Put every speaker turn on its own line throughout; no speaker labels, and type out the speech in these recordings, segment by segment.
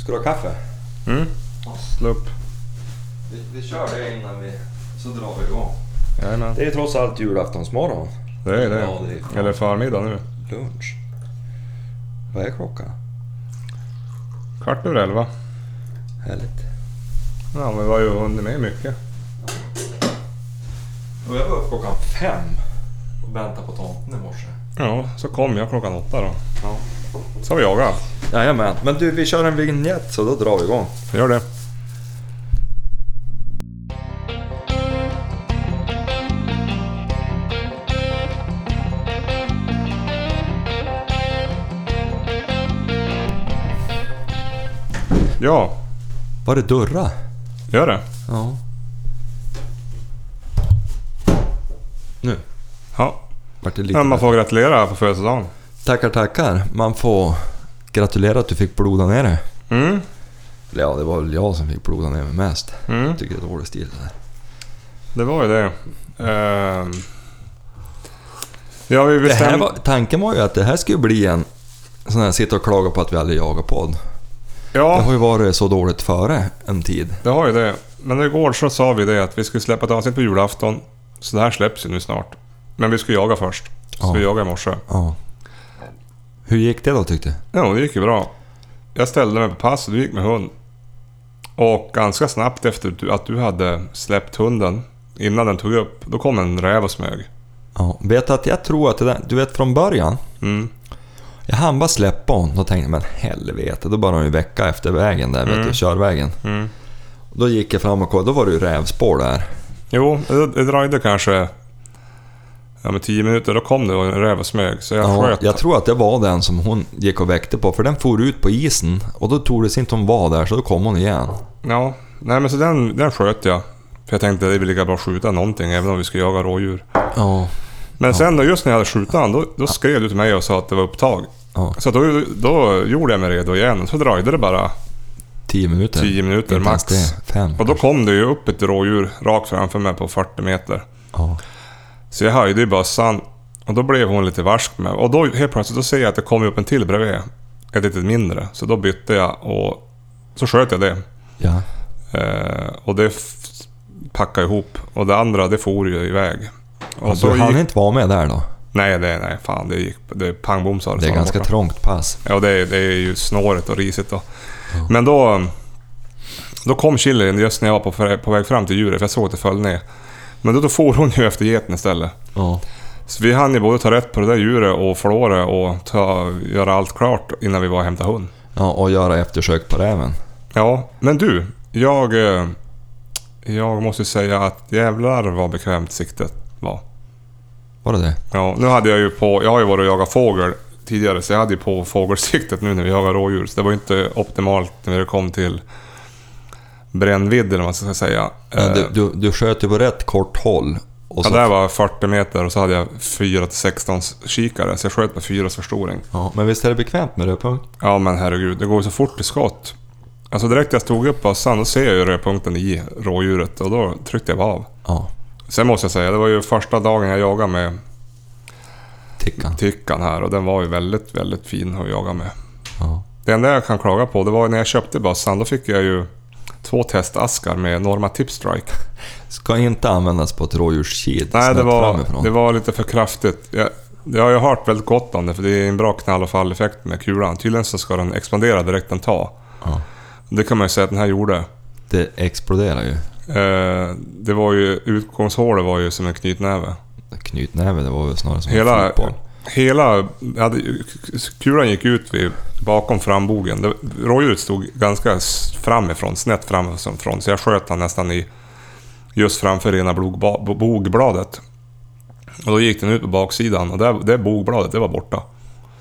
Ska du ha kaffe?
Mm. Slå upp.
Vi, vi kör det innan vi... Så drar vi igång.
Jajamän.
Det är trots allt julaftonsmorgon.
Det är det.
Ja, det är fan.
Eller förmiddag nu.
Lunch. Vad är klockan?
Kvart över elva.
Härligt.
Ja, men vi har ju hunnit med mycket.
Och jag var uppe klockan fem och väntade på tomten i morse.
Ja, så kom jag klockan åtta då.
Ja.
Så har vi jagat.
Jajamän. Men du, vi kör en vignett så då drar vi igång.
Gör det. Ja,
Var det dörra?
gör det.
Ja. Nu.
Ja.
Vart det
Men
lite...
man får gratulera på födelsedagen.
Tackar, tackar. Man får gratulera att du fick bloda ner det.
Mm.
Eller ja, det var väl jag som fick bloda ner mig mest.
Mm.
Jag tycker det är dålig stil det där.
Det var ju det. Ehm. Ja, vi
Det här
bestämde...
var, tanken var ju att det här skulle bli en sån här sitta och klaga på att vi aldrig jagar podd. Det
Ja,
har ju varit så dåligt före en tid.
det har ju det. Men igår så sa vi det att vi skulle släppa ett avsnitt på julafton. Så det här släpps ju nu snart. Men vi skulle jaga först. Så
Ja.
vi jagade i morse.
Ja. Hur gick det då tyckte du?
Jo, det gick ju bra. Jag ställde mig på pass och du gick med hund. Och ganska snabbt efter du- att du hade släppt hunden, innan den tog upp, då kom en räv och smög.
Ja. Vet du att jag tror att det där, du vet från början.
Mm.
Jag hann bara släppa hon. Då tänkte jag, men helvete. Då började hon ju väcka efter vägen där, vet du, körvägen.
Mm.
Då gick jag fram och kollade, då var det ju rävspår där.
Jo, det, det dröjde kanske ja, men tio minuter. Då kom det och en räv och smög. Så jag
Ja,
sköt.
jag tror att det var den som hon gick och väckte på, för den for ut på isen. Och då tog det sig inte hon var där, så då kom hon igen.
Ja, nej men så den, den sköt jag. För jag tänkte det är väl lika bra att skjuta någonting även om vi ska jaga rådjur.
Ja.
Men sen då, just när jag hade skjutit han, då, då skrev du till mig och sa att det var upptag.
Ja.
Så då, då gjorde jag mig redo igen. Så dröjde det bara
Tio minuter.
tio
Inte
minuter
ens
max.
det, Fem.
Och då kom det ju upp ett rådjur rakt framför mig på 40 meter.
Ja.
Så jag höjde ju bössan och då blev hon lite varsk med Och då helt plötsligt då ser jag att det kommer upp en till bredvid. Ett litet mindre. Så då bytte jag och så sköt jag det.
Ja.
Eh, och det f- packade ihop. Och det andra det for ju iväg. Och så
du hann
gick...
Alltså, inte vara med där då?
Nej, det, nej, fan det gick... Det pang bom
Det
sa
är
sa de
ganska
borta.
trångt pass.
Ja, det är, det är ju snåret och risigt då. Men då... Då kom chilin just när jag var på, på väg fram till djuret, för jag såg att det föll ner. Men då, då for hon ju efter geten istället.
Ja.
Så vi hann ju både ta rätt på det där djuret och förlora och ta, göra allt klart innan vi var och hämtade hund.
ja och göra eftersök på räven.
Ja, men du. Jag... eh, Jag måste säga att jävlar vad bekvämt siktet var.
Var det det?
Ja, nu hade jag ju på... Jag har ju varit och jagat fågel tidigare, så jag hade ju på fågelsiktet nu när vi jagar rådjur. Så det var ju inte optimalt när det kom till brännvidd eller vad man ska säga.
Men
Eh,
du, du, du sköt ju på rätt kort håll. Och
Ja,
så,
där var 40 meter och så hade jag 4-16 kikare, så jag sköt med 4 förstoring.
ja, men visst är det bekvämt med rödpunkt?
Ja men herregud, det går ju så fort i skott. Alltså direkt jag stod upp bössan, då ser jag ju rödpunkten i rådjuret och då tryckte jag bara av.
Ja,
Sen måste jag säga, det var ju första dagen jag jagade med
tickan.
Tickan här och den var ju väldigt, väldigt fin att jaga med.
Ja.
Det enda jag kan klaga på, det var när jag köpte bössan, då fick jag ju två testaskar med Norma Tip Strike.
Ska inte användas på ett rådjurskid.
Nej, det
snett
var,
framifrån.
det var lite för kraftigt. Jag, jag har ju hört väldigt gott om det, för det är en bra knall och falleffekt med kulan. Tydligen så ska den expandera direkt den tar.
Ja.
Det kan man ju säga att den här gjorde.
det exploderar ju.
Eh, det var ju, utgångshålet var ju som en knytnäve.
Knytnäve, det var väl snarare som en
Hela,
fotboll.
hela hade, kulan gick ut vid, bakom frambogen. Det- Rådjuret stod ganska s- framifrån, snett framifrån, så jag sköt han nästan i just framför ena blogba- bo- bogbladet. Och då gick den ut på baksidan och där, det bogbladet, det var borta.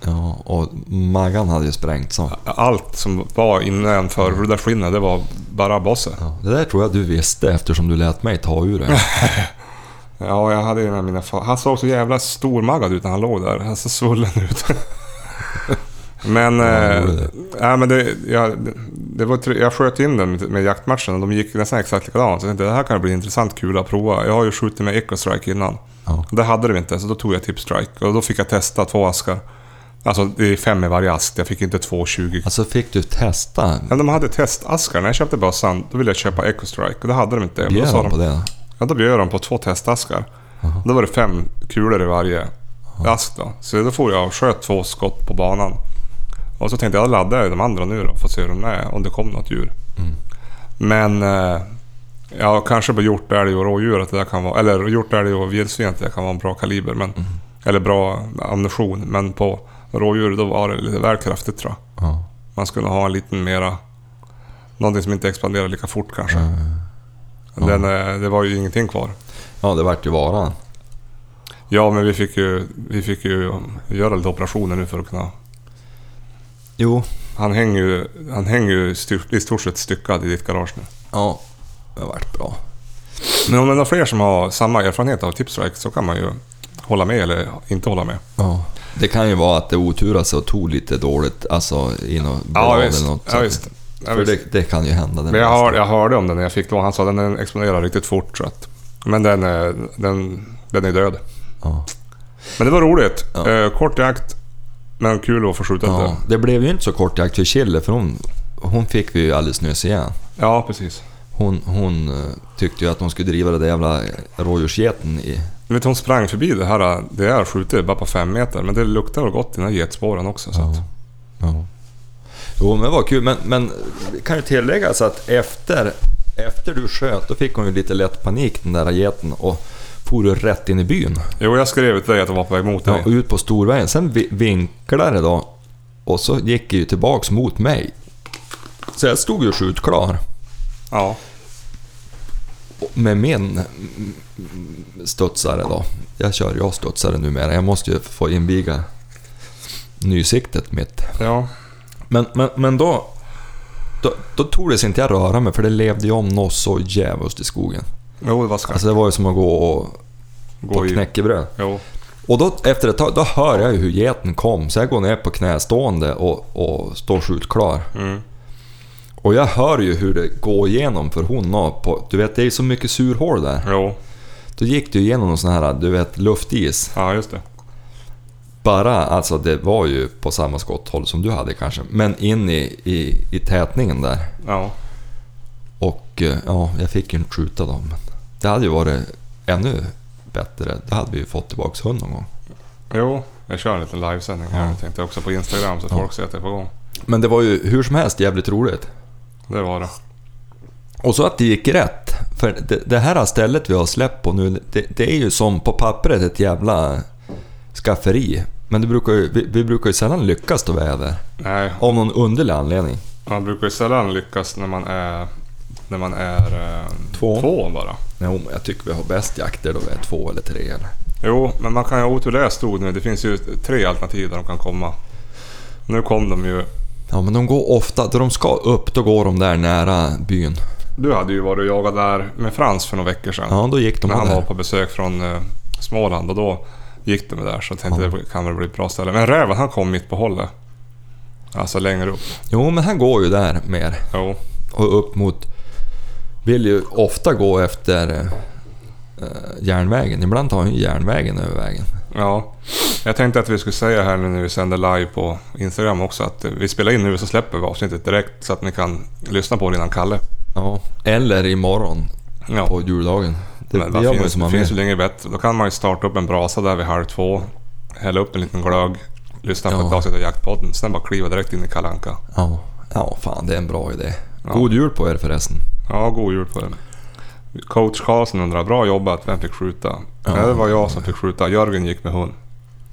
Ja, och Maggan hade ju sprängt så.
Allt som var innanför det där skinnet, det var bara bosse.
Ja, det där tror jag du visste eftersom du lät mig ta ur det.
Ja, jag hade en av mina fa- Han såg så jävla stormaggad ut när han låg där. Han såg svullen ut. men...
han
eh,
gjorde det.
nej, men det, jag, det var, tre- jag sköt in den med jaktmatchen och de gick nästan exakt likadant. Så jag tänkte det här kan bli intressant kul att prova. Jag har ju skjutit med Eco Strike innan.
Ja.
Det hade de inte, så då tog jag Tip Strike. Och då fick jag testa två askar. Alltså det är fem i varje ask. Jag fick inte två 20.
Alltså fick du testa?
Men de hade testaskar. När jag köpte bössan, då ville jag köpa Ecostrike. Och det hade de inte. Men då
Bjöd
sa
de på
de,
det?
ja, då bjöd de på två testaskar. Då var det fem kulor i varje ask då. Så då får jag och sköt två skott på banan. Och så tänkte jag, jag laddar jag de andra nu då. Får se hur de är, om det kom något djur. Men eh, ja, kanske på hjort, älg och rådjur att det där kan vara... Eller hjort, älg och vildsvin att det där kan vara en bra kaliber. Men, Eller bra ammunition. Men på rådjur då var det lite väl kraftigt tror jag.
Ja.
Man skulle ha en liten mera... Någonting som inte expanderar lika fort kanske. Den, eh, det var ju ingenting kvar.
Ja, det vart ju varan.
Ja, men vi fick ju, vi fick ju um, göra lite operationer nu för att kunna...
Jo,
Han hänger ju, han hänger ju styr, i stort sett styckad i ditt garage nu.
ja. Det vart bra.
Men om det är några fler som har samma erfarenhet av Tipstrike så kan man ju hålla med eller inte hålla med.
Ja. Det kan ju vara att det oturade sig och tog lite dåligt, alltså i något blad eller något
Ja,
sånt.
visst. Ja,
För
visst.
det, det kan ju hända. det
Men jag,
mesta.
hör, jag hörde om den när jag fick lån. Han sa att den exploderar riktigt fort. Så att, men den, är- den, den är död.
Ja.
Men det var roligt.
Ja.
Eh, kort jakt, men kul att få skjuta
Ja,
ja.
det blev ju inte så kort jakt för Chille, för hon, hon fick vi ju alldeles nyss igen.
ja, precis.
Hon, hon eh, tyckte ju att hon skulle driva den där jävla rådjursgeten i...
Du vet, hon sprang förbi det här. Det jag skjutit bara på fem meter. Men det luktar väl gott i den här getspåren också. Så att,
Ja. Jo, men det var kul. Men, men det kan ju tilläggas att efter, efter du sköt, då fick hon ju lite lätt panik den där geten och for ju rätt in i byn.
jo, jag skrev till dig att jag var på väg mot dig.
Ja, och ut på storvägen. Sen vi- vinklade det då och så gick det ju tillbaks mot mig. Så jag stod ju skjutklar
Ja.
med min mm, studsare då. Jag kör jag studsare numera. Jag måste ju få inviga nysiktet mitt.
ja.
Men, men, men då, då... Då tog det sig inte jag röra mig för det levde ju om något så djävulskt i skogen.
Jo, det var skarpt.
Alltså det var ju som att gå och, på
Gå i-
knäckebröd.
Jo.
Och då, efter ett tag, då hör jag ju hur geten kom, så jag går ner på knästående och, och står skjutklar.
Mm.
Och jag hör ju hur det går igenom för hon och på, Du vet, det är ju så mycket surhål där.
Jo.
Då gick det ju igenom någon sån här, du vet, luftis.
Ja, just det.
Bara, alltså det var ju på samma skotthåll som du hade kanske, men in i, i, i tätningen där.
Ja.
Och eh, ja, jag fick ju inte skjuta dem. Men det hade ju varit ännu bättre. Då hade vi ju fått tillbaks hund någon gång.
Jo, jag kör en liten livesändning här.
Ja.
Tänkte jag också på Instagram så att
Ja.
folk ser att det är på gång.
Men det var ju hur som helst jävligt roligt.
Det var det.
Och så att det gick rätt. För det, det här stället vi har släppt på nu, det, det är ju som på pappret ett jävla skafferi. Men det brukar ju, vi, vi brukar ju sällan lyckas då vi är där.
Nej,
Av någon underlig anledning.
man brukar ju sällan lyckas när man är, när man är eh,
Två.
två bara.
Nej, men jag tycker vi har bäst jakter då vi är två eller tre eller.
Jo, men man kan ju ha otur där jag stod nu. Det finns ju tre alternativ där de kan komma. Nu kom de ju.
Ja men de går ofta, då de ska upp då går de där nära byn.
Du hade ju varit och jagat där med Frans för några veckor sedan.
Ja då gick de
när han var
där.
på besök från eh, Småland och då gick de ju där. Så jag tänkte det kan väl bli ett bra ställe. Men räven han kom mitt på hållet. Alltså längre upp.
Jo men han går ju där mer.
Jo,
Och upp mot... Vill ju ofta gå efter eh, järnvägen. Ibland tar han ju järnvägen över vägen.
ja. Jag tänkte att vi skulle säga här nu när vi sänder live på Instagram också att eh, vi spelar in nu så släpper vi avsnittet direkt så att ni kan lyssna på det innan Kalle.
Ja. Eller imorgon
Ja.
på juldagen. Det,
Men
det
vad
gör man Typ, ju
finns,
som man
finns
vill.
väl inget bättre. Då kan man ju starta upp en brasa där vid halv två, hälla upp en liten glögg, lyssna på
Ja.
ett avsnitt av Jaktpodden, sen bara kliva direkt in i Kalle Anka.
Ja. ja, fan det är en bra idé.
Ja.
God jul på er förresten.
Ja, god jul på er. Coach Karlsson undrar, bra jobbat, vem fick skjuta?
Ja.
Nej, det var jag som fick skjuta, Jörgen gick med hund.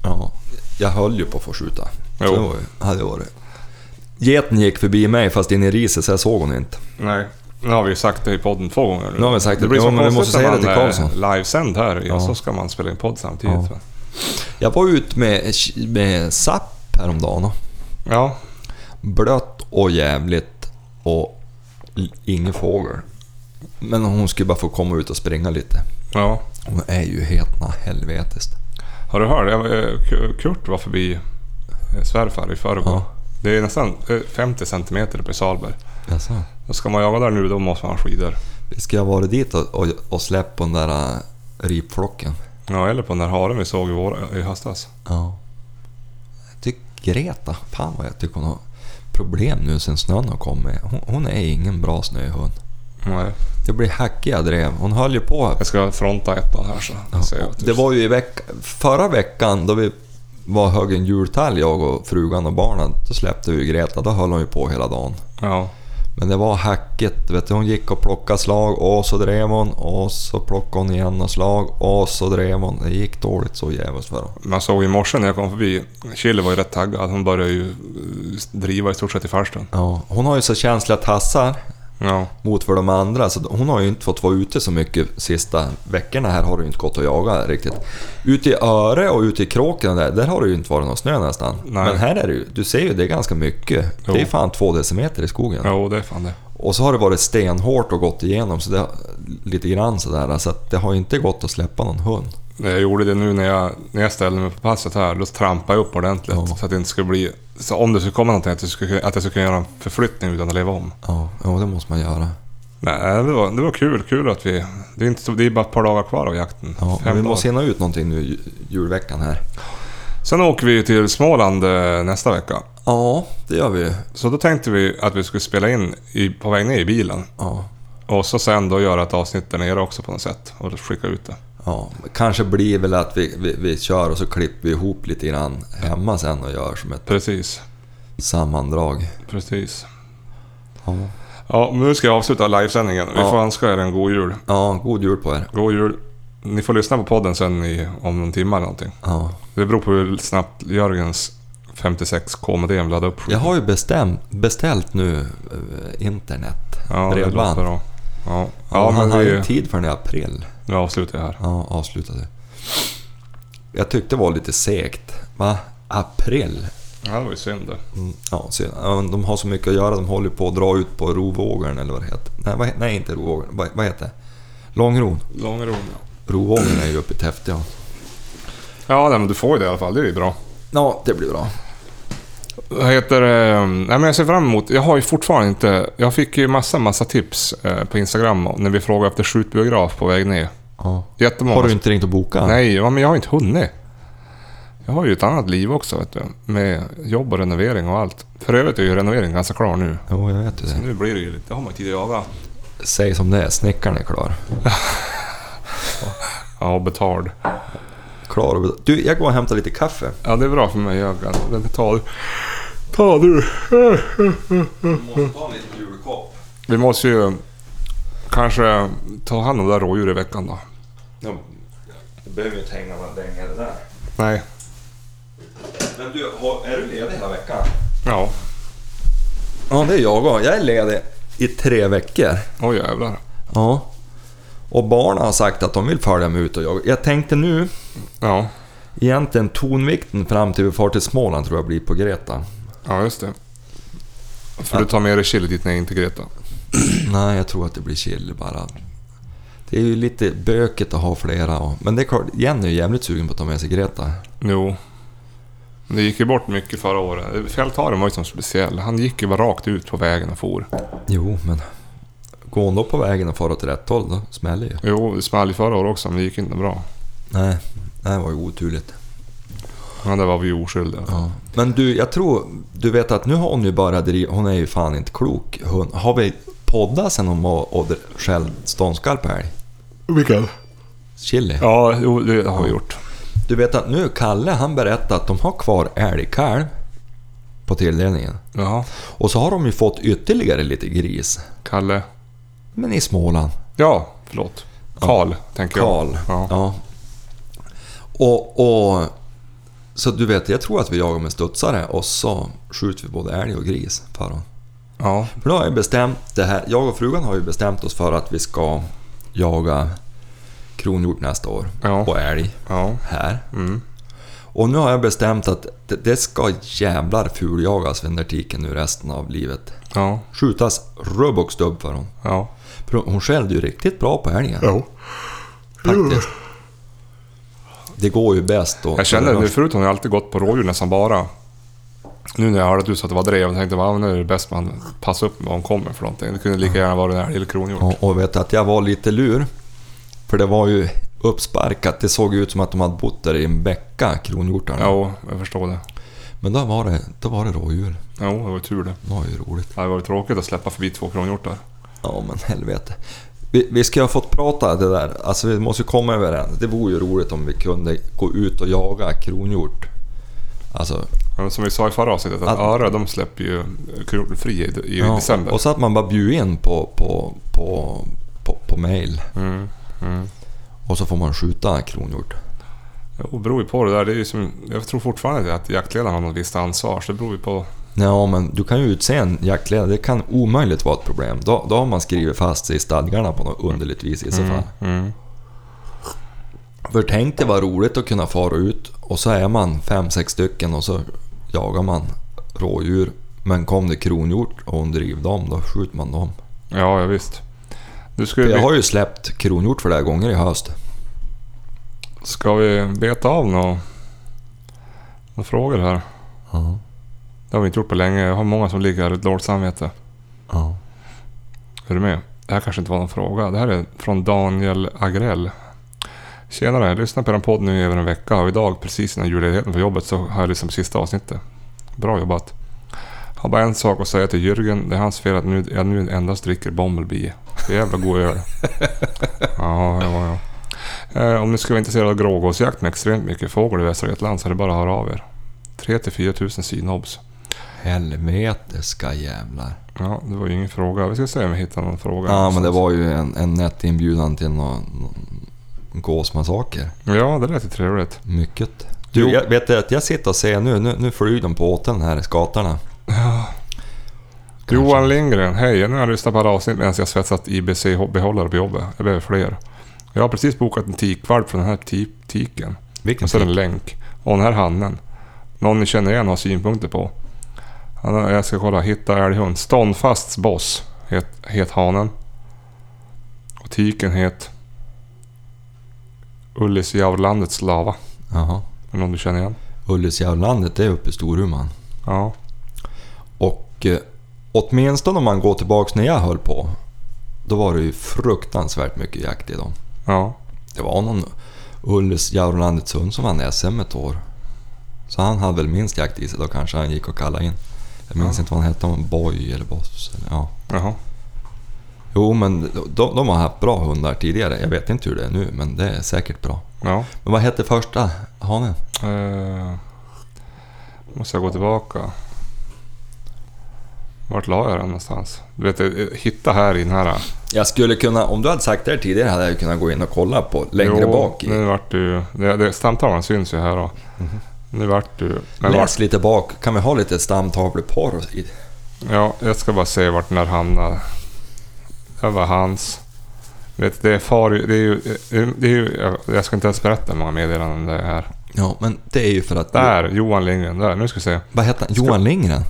Ja. Jag höll ju på att få skjuta.
Jo.
Så det var ju, hade varit. Geten gick förbi mig fast in i riset så jag såg hon inte.
Nej, nu har vi ju sagt det i podden två gånger.
Nu har vi sagt det.
blir
Ja,
så
men vi
konstigt
måste
när
säga det till
man, eh,
Karlsson.
Livesänd här, ja.
Ja.
så ska man spela in podd samtidigt.
Ja.
Ja,
Jag var ute med, med Zapp häromdagen. och
ja.
Blött och jävligt och l- ingen fågel. Men hon skulle bara få komma ut och springa lite.
ja.
Hon är ju helt na helvetiskt.
Har du hört? Jag- eh, K- Kurt var förbi eh, svärfar i förrgår.
Ja.
Det är nästan eh, 50 centimeter uppe i Salberg.
Jaså?
Och Ska man jaga där nu då måste man ha skidor.
Vi ska ha varit dit och, och, och släppt på den där äh, ripflocken.
Ja, eller på den där haren vi såg i, vår, i höstas.
Ja. Jag tycker Greta, fan vad jag tycker hon har problem nu sen snön har kommit. Hon, hon är ingen bra snöhund.
Nej.
Det blir hackiga drev. Hon höll ju på
Jag ska fronta ettan här så ser jag.
Och
att-
Alltså, Det var ju i veck förra veckan då vi var hög en jultalg, jag och frugan och barnen. Då släppte vi Greta, då höll hon ju på hela dagen.
Ja.
Men det var hacket, vet du, hon gick och plockade slag och så drev hon och så plockade hon igen och slag och så drev hon. Det gick dåligt så djävulskt för hon.
Man såg i morse när jag kom förbi, Chili var ju rätt taggad. Hon började ju eh, driva i stort sett i farstun.
Ja, hon har ju så känsliga tassar
Ja.
mot för de andra så hon har ju inte fått vara ute så mycket sista veckorna här har det ju inte gått att jaga riktigt. Ute i Öre och ute i Kråken där, där har det ju inte varit någon snö nästan.
Nej.
Men här är det ju, du ser ju det är ganska mycket.
Jo.
Det är fan två decimeter i skogen.
Jo, det är fan det.
Och så har det varit stenhårt och gått igenom så det, lite grann sådär. Så att det har ju inte gått att släppa någon hund.
Jag gjorde det nu när jag, när jag ställde mig på passet här. Då trampade jag upp ordentligt.
Ja.
Så att det inte skulle bli... Så om det skulle komma någonting, att jag skulle, kunna- att jag skulle kunna göra en förflyttning utan att leva om.
Ja, ja det måste man göra.
Nej, det var, det var kul. Kul att vi... Det är, inte, så- det är bara ett par dagar kvar av jakten.
Ja, men
Fem
vi
dagar.
måste hinna ut någonting nu i ju- julveckan här.
Sen åker vi till Småland eh, nästa vecka.
Ja, det gör vi ju.
Så då tänkte vi att vi skulle spela in i, på väg ner i bilen.
Ja,
Och så sen då göra ett avsnitt där nere också på något sätt. Och skicka ut det.
ja. Kanske blir väl att vi, vi, vi kör och så klipper vi ihop lite grann hemma sen och gör som ett
Precis.
sammandrag.
Precis.
Ja,
Ja, men nu ska jag avsluta livesändningen. Vi
Ja.
får önska er en god jul.
ja god jul på er.
God jul. Ni får lyssna på podden sen i, om någon timme eller någonting.
Ja.
Det beror på hur snabbt Jörgens 56K-modem laddar upp.
Jag har ju bestämt, beställt nu eh, internet.
ja, det
bredband.
låter bra. Ja,
Ja,
ja
han
men
har ju
vi,
tid förrän i april.
nu avslutar jag här.
Ja, avslutade. Jag tyckte det var lite segt. Va? April?
Ja, det var ju synd det.
Mm, ja, synd. Ja, de har så mycket att göra. De håller på att dra ut på rovågern eller vad det heter. Nej, vad, he- nej inte rovågern. Vad, vad heter det? Långron.
Långron ja.
Rovågern är ju uppe i Täfte, ja.
Ja, nej, men du får ju det i alla fall. Det är ju bra.
Ja, det blir bra.
Vad heter det? Nej, men jag ser fram emot... Jag har ju fortfarande inte... Jag fick ju massa, massa tips eh, på Instagram när vi frågade efter skjutbiograf på väg ner.
Ja.
Jättemånga.
Har du inte ringt och bokat?
Nej, ja, men jag har inte hunnit. Jag har ju ett annat liv också, vet du. Med jobb och renovering och allt. För övrigt är ju renoveringen ganska klar nu.
Jo, jag vet ju det.
Nu blir det ju lite... Det har man tid att jaga.
Säg som det är, snickaren är klar.
Ja, betald.
Klar och betald. Du, jag går och hämtar lite kaffe.
Ja, det är bra för mig. Jag kan ta du. Ta du.
Du måste ta en liten julkopp.
Vi måste ju kanske ta hand om det där rådjuret i veckan då.
Du behöver ju inte hänga länge det där.
Nej.
Men du, är du ledig hela veckan?
Ja.
Ja, det är jag också. Jag är ledig i tre veckor.
Åh jävlar.
Ja. Och barnen har sagt att de vill följa mig ut och jag. Jag tänkte nu,
Ja.
egentligen tonvikten fram till vi far till Småland tror jag blir på Greta.
Ja, just det. För du tar med dig chili dit när jag inte Greta.
Nej, jag tror att det blir chili bara. Det är ju lite böket att ha flera. Och, men det är klart, Jenny är jävligt sugen på att ta med sig Greta.
Jo. Men Det gick ju bort mycket förra året. Fjälltaren var ju som speciell. Han gick ju bara rakt ut på vägen och for.
Jo, men går hon då på vägen och far åt rätt håll då smäller ju.
Jo, det small ju förra året också, men det gick inte bra.
Nej, det var ju oturligt.
Ja, där var vi ju oskyldiga.
Ja. Men du, jag tror... Du vet att nu har hon ju börjat driva... Hon är ju fan inte klok. Hon, har vi poddat sen hon var och dr- skällde ståndskarp älg?
Vilken?
Chili.
Ja, jo, det har vi gjort.
Du vet att nu, Kalle han berättar att de har kvar älgkalv på tilldelningen.
Jaha.
Och så har de ju fått ytterligare lite gris.
Kalle.
Men i Småland.
Ja, förlåt. Karl, tänker jag.
Karl.
Ja.
Ja. Och, och... Så du vet, jag tror att vi jagar med studsare och så skjuter vi både älg och gris för honom.
Ja.
För då har jag bestämt det här. Jag och frugan har ju bestämt oss för att vi ska jaga kronhjort nästa år
Ja.
och älg
Ja.
här.
Mm.
Och nu har jag bestämt att det, det ska jävlar fuljagas Vendertiken nu resten av livet.
Ja.
Skjutas rubb och stubb för hon.
Ja.
För hon skällde ju riktigt bra på älgen
Jo.
faktiskt. Det går ju bäst då.
Jag känner det nu, förut har jag alltid gått på rådjur nästan bara. Nu när jag hörde att du sa att det var drev, jag tänkte jag nu är det bäst man passar upp var hon kommer för någonting. Det kunde lika gärna vara den här lilla kronhjort.
Ja, och vet att jag var lite lur. För det var ju uppsparkat. Det såg ut som att de hade bott där i en vecka, kronhjortarna.
Ja, jag förstår det.
Men då var det, då var det rådjur.
Jo, det var tur det.
Det var ju roligt.
Det var tråkigt att släppa förbi två kronhjortar.
Ja, men helvete. Vi, vi ska ha fått prata det där. Alltså vi måste ju komma överens. Det vore ju roligt om vi kunde gå ut och jaga kronhjort. Alltså,
Men som vi sa i förra avsnittet, att,
Att-
Öre de släpper ju kronhjorten fri i, i
ja,
december.
Och så att man bara bjuder in på, på, på, på, på mail.
Mm, mm.
Och så får man skjuta kronhjort.
Jo, beror ju på det där. Det är ju som, jag tror fortfarande det att jaktledaren har något visst ansvar. Så det beror ju på...
Ja, men du kan ju utse en jaktledare. Det kan omöjligt vara ett problem. Då, då har man skrivit fast sig i stadgarna på något underligt vis i så fall.
Mm.
För tänk det var roligt att kunna fara ut och så är man fem, sex stycken och så jagar man rådjur. Men kom det kronhjort och hon driver dem, då skjuter man dem.
Ja, ja visst. Du ska,
För
ju,
jag har ju släppt kronhjort flera gånger i höst.
ska vi beta av några, några frågor här?
Ja,
Det har vi inte gjort på länge. Jag har många som ligger här i ett dåligt samvete.
ja.
Är du med? Det här kanske inte var någon fråga. Det här är från Daniel Agrell. Tjenare, jag lyssnar på den podd nu i över en vecka och idag precis innan julledigheten på jobbet så har jag lyssnat på sista avsnittet. Bra jobbat. Har bara en sak att säga till Jürgen. Det är hans fel att nu, jag nu endast dricker Bumblebee. Det är jävla god öl. ja, ja, ja. Eh, om ni skulle vara intresserade av grågåsjakt med extremt mycket fågel i Västra Götaland så är det bara att höra av er. 3-4 tusen synobs.
Helveteska jävlar.
Ja, det var ju ingen fråga. Vi ska se om vi hittar någon fråga.
Ja, men det var ju en, en nätinbjudan till någon, någon gåsmassaker.
Ja, det lät ju trevligt.
Mycket. Du, jag, vet du att jag sitter och ser nu, nu, nu flyger de på åteln här, skatarna. Kanske.
Johan Lindgren, hej. Nu har jag lyssnat på alla avsnitt medan jag svetsat IBC-behållare på jobbet. Jag behöver fler. Jag har precis bokat en tikvalp från den här ti- tiken.
Vilken
Och så är det
tid?
en länk. Och den här hannen. Någon ni känner igen och har synpunkter på. Han har- Jag ska kolla. Hitta älghund. Ståndfasts boss het, het hanen. Och tiken het Ullis Javlandets lava.
Jaha.
Är det någon du känner igen?
Ullisjärvlandet, det är uppe i Storuman.
Ja.
Och eh, åtminstone om man går tillbaks när jag höll på. Då var det ju fruktansvärt mycket jakt i dem.
Ja.
Det var någon Ullis Jaurlandets hund som vann SM ett år. Så han hade väl minst jakt i sig, då kanske han gick och kallade in. Jag minns
Ja.
inte vad han hette, om han Boy eller Boss. Eller, ja.
Jaha.
Jo, men de, de har haft bra hundar tidigare. Jag vet inte hur det är nu, men det är säkert bra.
Ja.
Men vad hette första hanen?
Eh, måste jag gå tillbaka. Vart la jag den någonstans? Du vet, eh, hitta här eh, i den här...
Jag skulle kunna, om du hade sagt det här tidigare hade jag ju kunnat gå in och kolla på längre
Jo,
bak i. Mhm.
Nu vart du... Det, det, stamtavlan syns ju här då. Nu vart du... Men
Läs
vart,
lite bak. Kan vi ha lite stamtavleporr? i-
ja, jag ska bara se vart den här hamnade. Det var hans. Du Vet, det är far... Det är ju... Det är, det är ju jag, jag ska inte ens berätta hur många meddelanden det är
Mm.
här.
Ja, men det är ju för att...
Där! Johan Lindgren. Där, nu ska vi se.
Vad hette han?
Ska-
Johan Lindgren?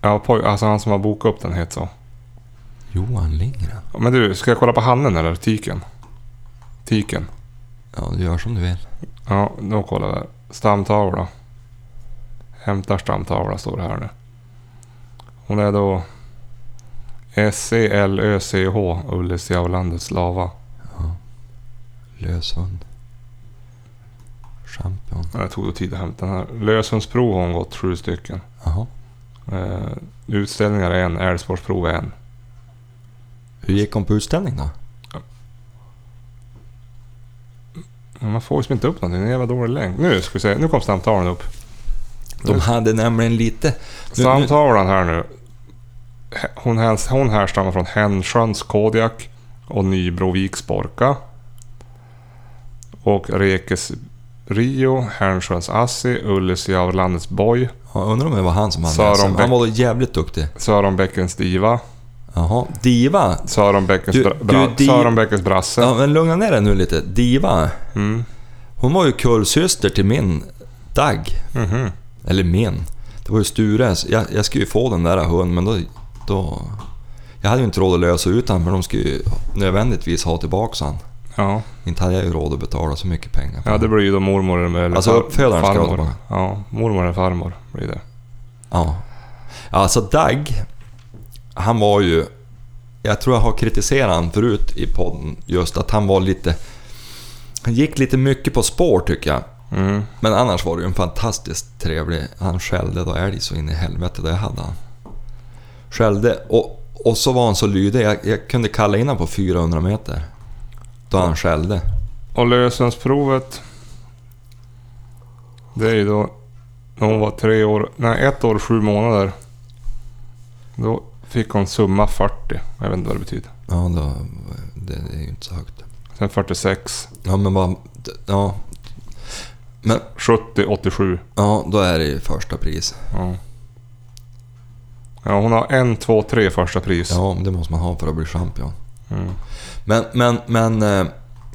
Ja, poj, alltså han som har bokat upp den heter så.
Johan Lindgren?
Men du, ska jag kolla på hannen eller tiken? Tiken.
Ja, du gör som du vill.
Ja, då kollar vi. här. Stamtavla. Hämtar stamtavla står det här nu. Hon är då E S-E-L-Ö-C-H, Ullis Javlandets lava.
Löshund. Champion.
Ja, Det tog då tid att hämta den här. Löshundsprov har hon gått, sju stycken.
Jaha.
Eh, utställningar är en, älgspårsprov är en.
Hur gick hon på utställning då?
Men man får ju som inte upp någonting, det är en jävla dålig länk. Nu ska vi se, nu kom stamtavlan upp.
De hade nämligen lite... Nu- nu-
Stamtavlan här nu. Hon, härs- hon härstammar från Hännsjöns Kodiak och Nybroviks Borka. Och Rekes Rio, Hännsjöns Assi, Ullisjavlandets Boj,
Ja, undrar om det var han som hade
Sören
SM.
Bäck.
Han var jävligt duktig.
Sörenbäckens Diva,
Jaha. Diva?
Sörenbäckens,
Du-
bra,
du,
bra,
Di-
Sörenbäckens Brasse.
Ja, men lugna ner dig nu lite. Diva?
Mm.
Hon var ju kullsyster till min Dag.
Mhm.
Eller min. Det var ju Stures. Jag, jag skulle ju få den där hunden men då, då... Jag hade ju inte råd att lösa ut han för de skulle ju nödvändigtvis ha tillbaka han.
Ja.
Inte hade jag ju råd att betala så mycket pengar för
ja, det
han.
blir ju då mormor eller
Alltså,
far-
uppfödaren ska ha
farmor.
tillbaka.
Ja, mormor eller farmor blir det.
Ja. Alltså Dag, han var ju... Jag tror jag har kritiserat han förut i podden just att han var lite... Han gick lite mycket på spår tycker jag.
Mm.
Men annars var det ju en fantastiskt trevlig... Han skällde då älg så in i helvete, det hade han. Skällde och, och så var han så lydig. Jag, jag kunde kalla in honom på 400 meter. Då han skällde.
Och lösensprovet. Det är ju då när hon var tre år, nej ett år och sju månader. Då fick hon summa 40. Jag vet inte vad det betyder.
Ja, då, det, det är ju inte så högt.
Sen 46,
Ja, men vad... Ja,
70, 87.
ja, då är det ju första pris.
Ja. Ja, hon har en, två, tre första pris.
Ja, det måste man ha för att bli champion.
Mm.
Men, men, men... eh,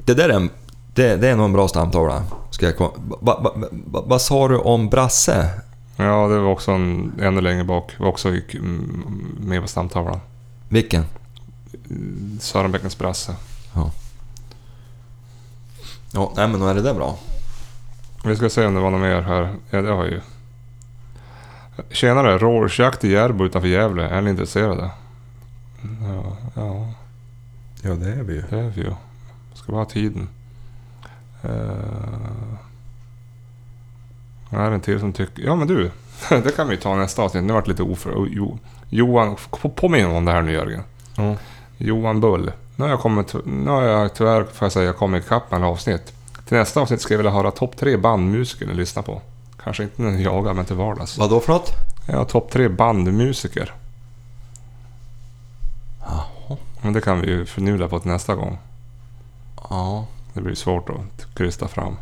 Det där är, en, det, det är nog en bra stamtavla. Ska jag komma- va, va, va, vad sa du om Brasse?
Ja, det var också en, ännu längre bak. Var också gick mm, med på stamtavlan.
Vilken?
Mm, Sörenbäckens brasse.
Ja, nej men då är det där bra.
Vi ska se om det var något mer här. Ja, det har jag ju. Tjenare, rådjursjakt i Järbo utanför Gävle. Är ni intresserade? Ja, ja
Ja, det är vi ju.
det är vi ju. Ska bara ha tiden. Eh, Uh, här är en till som tycker... Ja men du, det kan vi ta nästa avsnitt. Nu vart det lite oför... Jo, Johan, på- påminn om det här nu Jörgen.
Ja.
Johan Bull. Nu har jag, kommit, nu har jag tyvärr, får jag säga, kommit ikapp med alla avsnitt. Till nästa avsnitt ska jag vilja höra topp tre bandmusiker ni lyssnar på. Kanske inte när ni jagar, men till vardags.
Vadå för något?
Ja, topp tre bandmusiker.
Jaha.
Men det kan vi ju förnula på till nästa gång.
Ja.
Det blir svårt att krysta fram.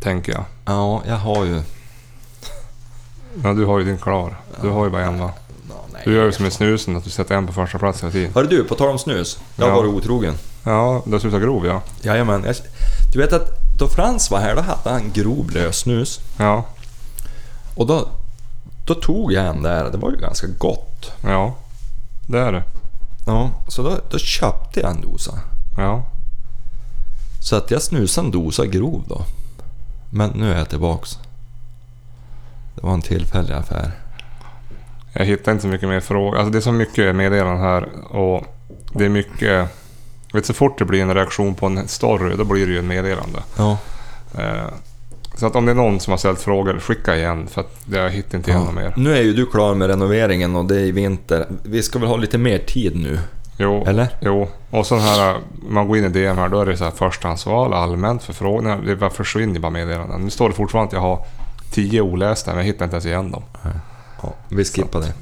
Tänker jag.
Ja, jag har ju...
Ja, du har ju din klar. Du har ju bara en va?
Ja, nej.
Du gör ju som med snusen, att du sätter en på första plats hela tiden.
Hörru du, på tal om snus. Jag har
Ja.
varit otrogen.
Ja, du har slutat grov ja.
Jajamän. Jag, du vet att då Frans var här, då hade han grov lössnus.
Ja,
Och då, då tog jag en där. Det var ju ganska gott.
ja. Det är det.
Ja. Så då, då köpte jag en dosa.
Ja.
Så att jag snusade en dosa grov då. Men nu är jag tillbaks. Det var en tillfällig affär.
Jag hittar inte så mycket mer frågor. Alltså det är så mycket meddelanden här och det är mycket... Vet du, så fort det blir en reaktion på en story, då blir det ju en meddelande.
Ja.
Eh, Så att om det är någon som har ställt frågor, skicka igen för att jag hittar inte igen
Ja.
något mer.
Nu är ju du klar med renoveringen och det är i vinter. Vi ska väl ha lite mer tid nu?
Jo,
Eller?
jo. Och så här, man går in i DM här, då är det så här förstahandsval, allmänt, förfrågningar. Det bara försvinner bara meddelanden. Nu står det fortfarande att jag har tio olästa, men jag hittar inte ens igen dem.
Ja, vi skippar det.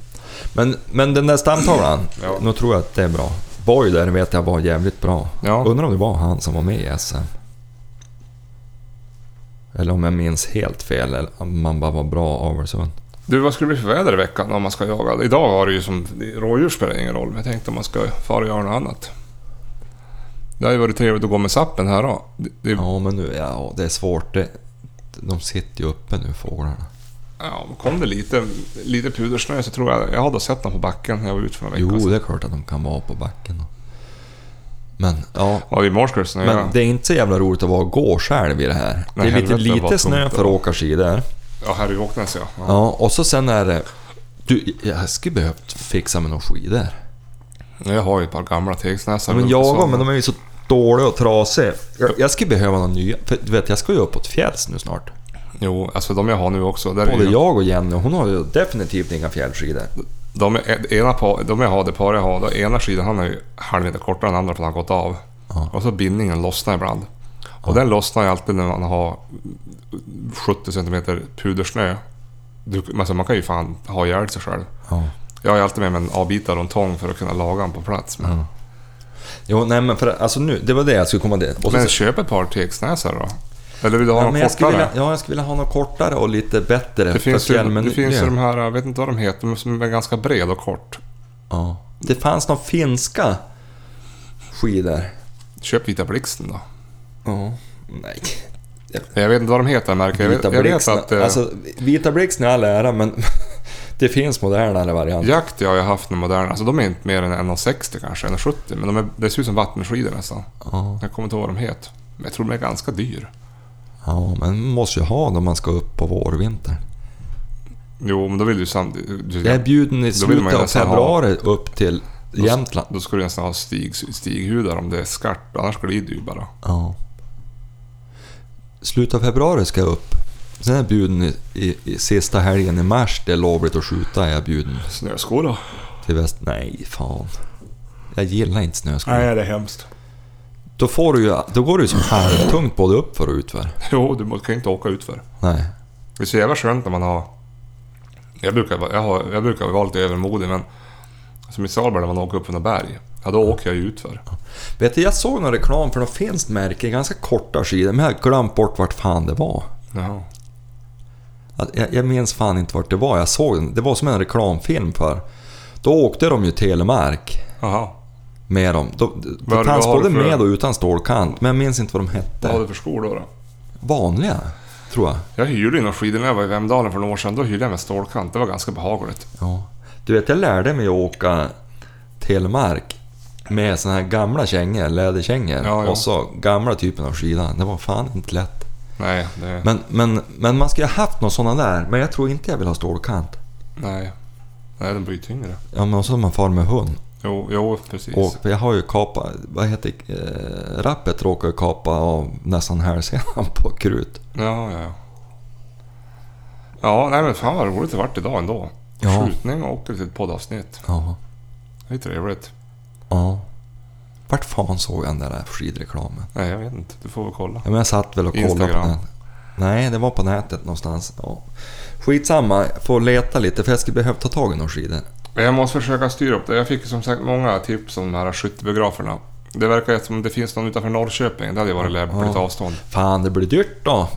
Men, men den där stamtavlan,
Ja.
nu tror jag att det är bra. Boy där vet jag var jävligt bra.
Ja.
Undrar om det var han som var med i SM. Eller om jag minns helt fel, eller om man bara var bra Aversund.
Du, vad skulle det bli för väder i veckan om man ska jaga? Idag var det ju som... Rådjur spelar ingen roll, men jag tänkte om man ska fara och göra något annat. Det har ju varit trevligt att gå med sappen här då. Det, det, ja.
Ja, men nu, ja, det är svårt. Det, de sitter ju uppe nu, fåglarna.
kom det lite, lite pudersnö så tror jag... Jag hade sett dem på backen när jag var ute för några veckor
Jo,
sedan.
det är klart att de kan vara på backen. då. Men, ja.
Ja, i morse skulle det snöa.
Men det är inte så jävla roligt att vara och gå själv i det här.
Nej,
det är lite,
helvete, vad
lite
tomt det
snö
var.
för att åka skidor.
Ja, här i Våknäs ja. ja.
Ja, och så sen är det... Du, jag skulle behövt fixa med några skidor.
Jag har ju ett par gamla tegsnäsar.
Men
uppe
jag
på
och, men de är ju så dåliga och trasiga. Jag, jag skulle behöva några nya. För du vet, jag ska ju uppåt fjälls nu snart.
Jo, alltså de jag har nu också. Där är
Både
ju,
jag och Jenny, hon har ju definitivt inga fjällskidor.
de, är- ena par, de jag har, det par jag har, då ena skidan han är ju halvmeter kortare än andra för den har gått av.
Ja.
Och så bindningen lossnar ibland. Och den lossnar ju alltid när man har 70 cm pudersnö. Du, alltså man kan ju fan ha ihjäl sig själv.
Ja.
Jag har ju alltid med mig en avbitad och en tång för att kunna laga den på plats. Men,
Jo, nej men för alltså nu, det var det jag skulle komma till. Och så,
men köp ett par tegsnäsar då. Eller vill du ha
ja,
dem
men jag skulle
kortare?
vilja, ja, jag skulle vilja ha något kortare och lite bättre
Det finns,
för
ju, det
fjällmiljö.
finns ju de här, jag vet inte vad de heter, men som är ganska bred och kort.
ja. Det fanns några finska skidor.
Köp Vita Blixten då.
Ja. Nej.
Jag vet inte vad de heter märker jag.
Vita
Vet, jag vet
blixten.
att eh,
Alltså, vita blixten är all ära, men det finns modernare varianter.
jakt jag har haft den moderna, alltså de är inte mer än 1,60 kanske, 1,70. Men de är, det ser ut som vattenskidor nästan.
Ja.
Jag kommer inte ihåg vad de heter. Men jag tror de är ganska dyr.
ja, men man måste ju ha dem om man ska upp på vårvintern.
Jo, men då vill du samtidigt... Du,
Jag är bjuden i
vill man
slutet
ju
av
nästan ha-
februari upp till
då-
Jämtland.
Då ska du nästan ha stig, stighudar om det är skarpt, annars glider du ju bara.
Ja. slutet av februari ska jag upp. Sen är jag bjuden i, i, i sista helgen i mars, det är lovligt att skjuta, är jag bjuden
Snöskor då?
till väst. Nej, fan. Jag gillar inte snöskor.
Nej, det är hemskt.
Då, får du ju, då går det ju som halvtungt både upp för och utför.
Jo, du må- kan ju inte åka utför.
Nej.
Det är så jävla skönt när man har... Jag brukar, vara- jag har, jag brukar vara lite övermodig, men... Som i Salberg när man åker upp på något berg. Ja, då åker jag ju utför.
Vet du, jag såg någon reklam för något finskt märke, ganska korta skidor, men jag har glömt bort vart fan det var.
Jaha.
Att Jag, jag minns fan inte vart det var, jag såg den. Det var som en reklamfilm för. Då åkte de ju Telemark
Jaha.
med dem. De,
Vad-
det
vad
fanns
har
både
du för-
med och utan stålkant, men jag minns inte vad de
Vad har
hette.
du för skor då? då?
Vanliga, tror jag.
Jag hyrde ju några skidor när jag var i Vemdalen för några år sedan. Då hyrde jag med stålkant. Det var ganska behagligt.
Ja. Du vet, jag lärde mig att åka Telemark med såna här gamla kängor, läderkängor.
Ja, ja.
Och så gamla typen av skida. Det var fan inte lätt.
Nej, det...
Men, men, men man skulle ha haft någon sån där, men jag tror inte jag vill ha stålkant.
Nej. Nej, den blir ju tyngre.
Ja, men och så har man far med hund.
Jo, jo precis.
Och jag har ju kapat, vad heter eh, Rappet råkade ju kapa av nästan hälsenan på krut.
Ja, ja, ja. Ja, nej men fan vad roligt det vart idag ändå.
Ja.
Skjutning och ett litet poddavsnitt.
Ja.
Det är trevligt.
ja. Vart fan såg jag den där skidreklamen?
Nej, jag vet inte. Du får väl kolla.
Ja, men jag satt väl och kollade
Instagram.
på den. Nej, det var på nätet någonstans. Ja. Skitsamma, jag får leta lite för jag skulle behöva ta tag i några skidor.
Jag måste försöka styra upp det. Jag fick som sagt många tips om de här skyttebiograferna. Det verkar ju som det finns någon utanför Norrköping. Det hade ju varit lämpligt
Ja.
avstånd.
Fan, det blir dyrt då.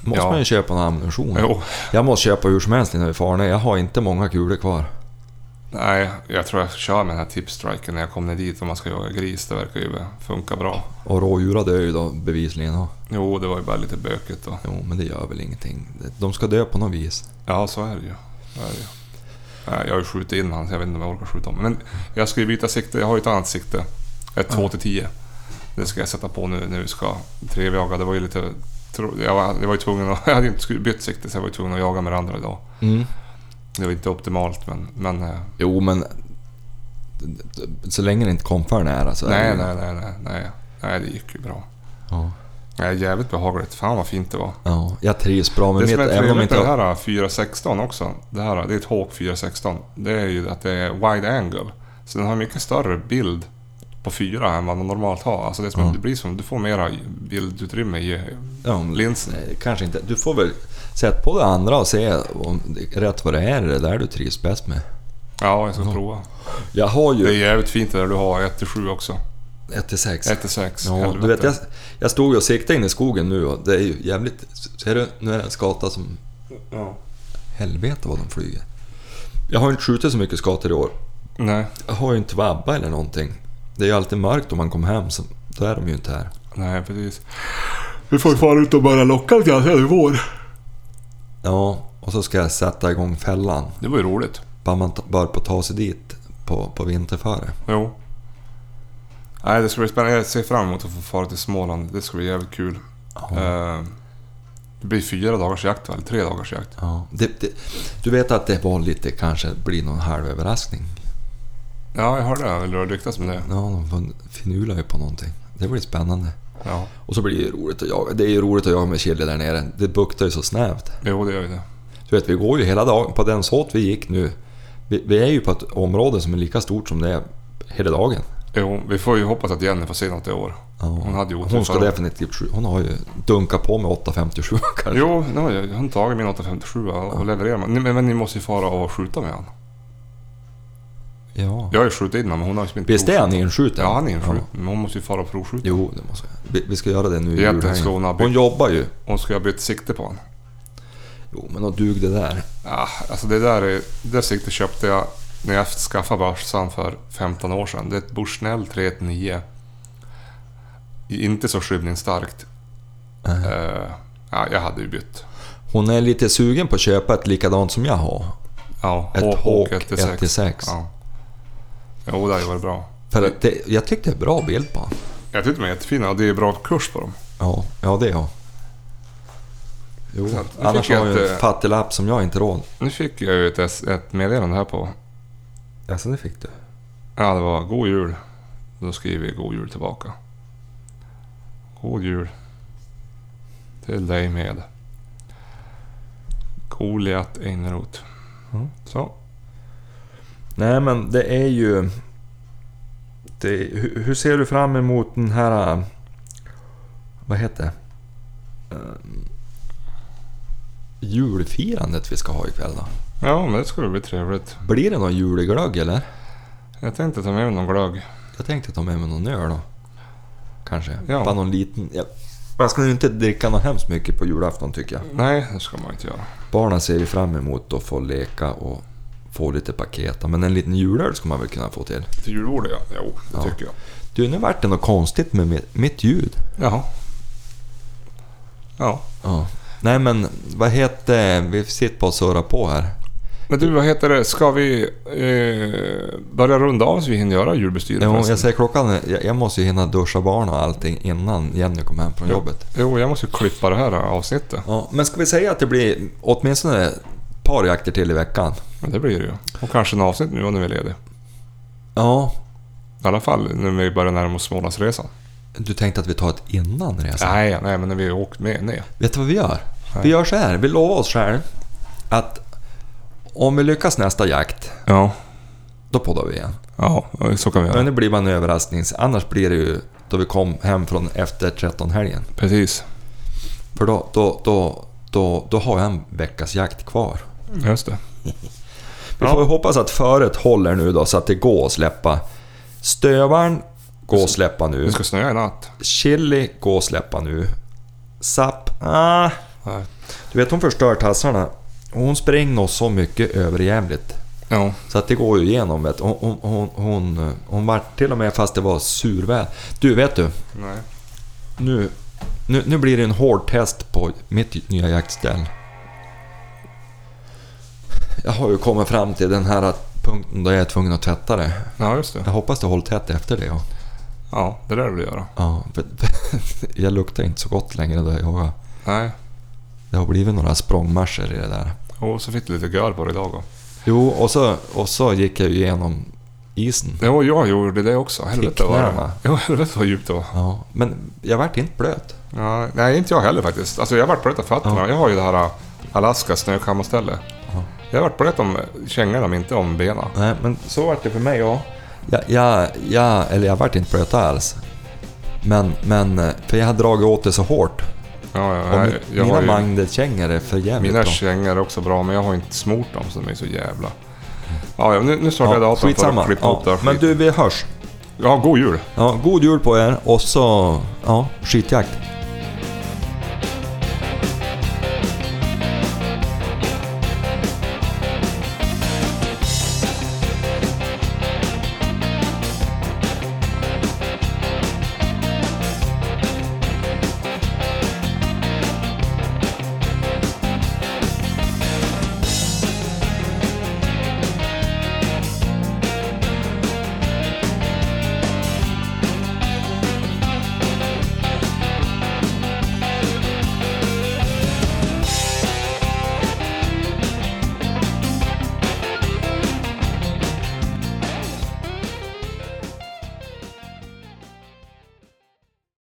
Måste
Ja.
man ju köpa någon ammunition.
Jo,
Jag måste köpa hur som helst innan vi far ner. Jag har inte många kulor kvar.
nej, jag tror jag kör med den här tipstriken när jag kommer dit om man ska jaga gris. Det verkar ju funka bra.
Och rådjura dör ju då bevisligen. ja.
Jo, det var ju bara lite bökigt då.
Jo, men det gör väl ingenting. De ska dö på något vis.
Ja, så är det ju. Så är det ju. Nej, Jag har ju skjutit in han, så jag vet inte om jag orkar skjuta om. Men jag ska ju byta sikte. Jag har ju ett annat sikte. Ett 2 till 10. Det ska jag sätta på nu när vi ska trevjaga. Det var ju lite... tro- Jag var, jag var ju tvungen att... Jag hade ju inte sku- bytt sikte så jag var ju tvungen att jaga med det andra idag. Det var inte optimalt men... men eh,
Jo, men så länge det inte kom för nära så är det
nej,
ju-
nej, nej, nej, nej. Nej, det gick ju bra.
Ja.
Nej, jävligt behagligt. Fan vad fint det var.
Ja, jag trivs bra med
det
mitt.
som är
Även om
trevligt
inte
med det
jag...
här 416 också. Det här, det är ett Hawk 416. Det är ju att det är wide angle. Så den har mycket större bild på fyra än vad den normalt har. Alltså det, är som,
Ja.
det blir som, du får mera bildutrymme i
Ja, men-
linsen.
Nej, kanske inte. Du får väl sätta på det andra och se om det- rätt vad det är det där du trivs bäst med.
Ja, jag ska prova.
Jag har
Det är
ju
jävligt fint det där du har 1-7 också.
1-6.
1-6.
Ja, du vet, jag, jag stod ju och siktade in i skogen nu och det är ju jävligt... Ser du? Nu är det en skata som...
Ja.
Helvete vad de flyger. Jag har inte skjutit så mycket skator i år.
Nej,
Jag har ju inte vabba eller någonting. Det är ju alltid mörkt om man kommer hem, så då är de ju inte här.
nej precis. Vi får ju fara ut och börja locka lite grann. Det är vår.
Ja, och så ska jag sätta igång fällan.
Det var ju roligt.
Bara man ta- bör på ta sig dit på, på vinterföre.
Jo. Nej, det ska bli spännande. Jag ser fram emot att få fara till Småland. Det ska bli jävligt kul. Eh, Det blir fyra dagars jakt va? Eller tre dagars jakt?
Ja, det, det, du vet att det var lite kanske blir någon halv överraskning.
Ja, jag hörde det. Eller det har ryktats om det.
Ja, de fin- finular ju på någonting. Det blir spännande.
Ja.
Och så blir det ju roligt att jaga. Det är ju roligt att jaga med chili där nere. Det buktar ju så snävt.
Jo, det gör ju det.
Du vet, vi går ju hela dagen. På den såt vi gick nu. Vi, vi är ju på ett område som är lika stort som det är hela dagen.
Jo, vi får ju hoppas att Jenny får se något i år.
Ja.
Hon hade ju otur
Hon ska
förra-
definitivt skjuta. Hon har ju dunkat på med 857 kanske.
Jo, nu har jag hon tagit min 857 och levererar mig. Men, men ni måste ju fara och skjuta med honom.
Ja.
Jag har ju skjutit in honom, men hon har liksom inte
Visst är han inskjuten?
Ja, han är inskjuten. Men hon måste ju fara och provskjuta.
Jo, det måste jag. Vi, vi ska göra det nu i
Jätten
julhelgen.
ska hon ha byggt.
Hon jobbar ju.
Hon ska ju ha bytt sikte på honom.
Jo, men då dug det där.
Ja, alltså det där är, det där siktet köpte jag när jag skaffade börsan för 15 år sedan. Det är ett Bushnell 319. Inte så skymningsstarkt. Eh, ja, jag hade ju bytt.
Hon är lite sugen på att köpa ett likadant som jag har.
Ja,
Ett
H-
Hawk
Hawk 1-6.
1-6.
Ja. Jo, det hade ju varit bra.
För att det, jag tyckte det är bra bild på honom.
Jag tyckte de är jättefina och det är bra kurs på dem.
Ja, ja det är jag. Jo,
Så att nu
annars
fick jag
har jag ju
ett,
en
eh,
fattig lapp som jag inte råd.
Nu fick jag ju ett, S- ett meddelande här på...
Alltså det fick du?
Ja, det var God Jul. Då skriver vi God Jul tillbaka. God Jul. till dig med Goliat Einroth.
Mm.
Så.
Nej, men det är ju... Det, hur, hur ser du fram emot den här... äh, Vad heter det? Ehm, julfirandet vi ska ha ikväll då?
Ja, men det skulle bli trevligt.
Blir det någon julglögg eller?
Jag tänkte ta med mig någon glögg.
Jag tänkte ta med mig någon öl då. Kanske.
Ja.
Bara någon liten. Ja. Man ska ju inte dricka något hemskt mycket på julafton tycker jag.
Nej, det ska man inte göra.
Barnen ser ju fram emot att få leka och få lite paket. Men en liten julöl ska man väl kunna få till.
Till julbordet ja. Jo, det
Ja.
tycker jag.
Du, nu vart det något konstigt med mitt, mitt ljud.
Jaha. Ja.
Ja. Nej men, vad heter... Vi sitter bara och surrar på här.
Men du, vad heter det? Ska vi eh, börja runda av så vi hinner göra julbestyret
Jo,
förresten?
jag säger klockan... är- Jag, jag måste ju hinna duscha barnen och allting innan Jenny kommer hem från
Ja.
jobbet.
Jo, jag måste ju klippa det här avsnittet.
Ja, men ska vi säga att det blir åtminstone ett par jakter till i veckan?
Men det blir det ju. Och kanske en avsnitt nu när vi är lediga.
Ja,
I alla fall nu när vi börjar närma oss Smålandsresan.
Du tänkte att vi tar ett innan resan?
Nej, nej, men när vi har åkt med ner.
Vet du vad vi gör?
Nej.
Vi gör så här, vi lovar oss själv att om vi lyckas nästa jakt,
Ja.
då poddar vi igen.
Ja, så kan vi göra.
Men det blir bara en överraskning, annars blir det ju då vi kom hem från efter 13-helgen.
Precis.
För då, då, då, då, då har jag en veckas jakt kvar.
Just det.
Vi
Ja.
får ju hoppas att föret håller nu då, så att det går att släppa. Stövaren går att släppa nu.
Det ska snöa i natt.
Chili går att släppa nu. Sapp, ah.
Nej.
Du vet hon förstör tassarna. Och Hon spränger oss så mycket överjävligt.
Ja.
Så att det går ju igenom vet du. Hon, hon, hon, hon, hon var till och med fast det var surväder. Du vet du,
Nej.
nu, nu, nu blir det en hård test på mitt nya jaktställ. Jag har ju kommit fram till den här punkten då jag är tvungen att tvätta det.
Ja, just det.
Jag hoppas det håller tätt efter det. Ja.
Ja, det där vill jag göra.
Ja, för, jag luktar inte så gott längre då jag jagar.
Nej.
Det har blivit några språngmarscher i det där.
Och så fick du lite gör på det idag då.
Jo, och så, och så gick jag ju igenom isen.
Jo, jag gjorde det också. Helvete
Fick
var det.
knäna.
Jo, helvete vad djupt det var.
Ja, men jag vart inte blöt.
Ja, nej, inte jag heller faktiskt. Alltså jag har varit blöt av fötterna. Jag har ju det här ä, Alaska snökammarställe.
Ja.
Jag har varit blöt om kängorna, men inte om benen.
Nej, men så vart det för mig ja. Jag, jag, jag, eller jag vart inte blöt alls. Men, men, eh, för jag hade dragit åt det så hårt.
Ja,
Och
ja, jag,
mi-
jag
mina
har ju,
mandelkängor är för jävligt
mina
då.
kängor är också bra, men jag har inte smort dem så de är så jävla... Ja, ja, nu, nu startar jag
Ja,
datorn för att
skitsamma.
klippa
Ja,
upp det här
men
skiten.
du, vi hörs.
Ja, god jul!
Ja, god jul på er och så, ja, skitjakt.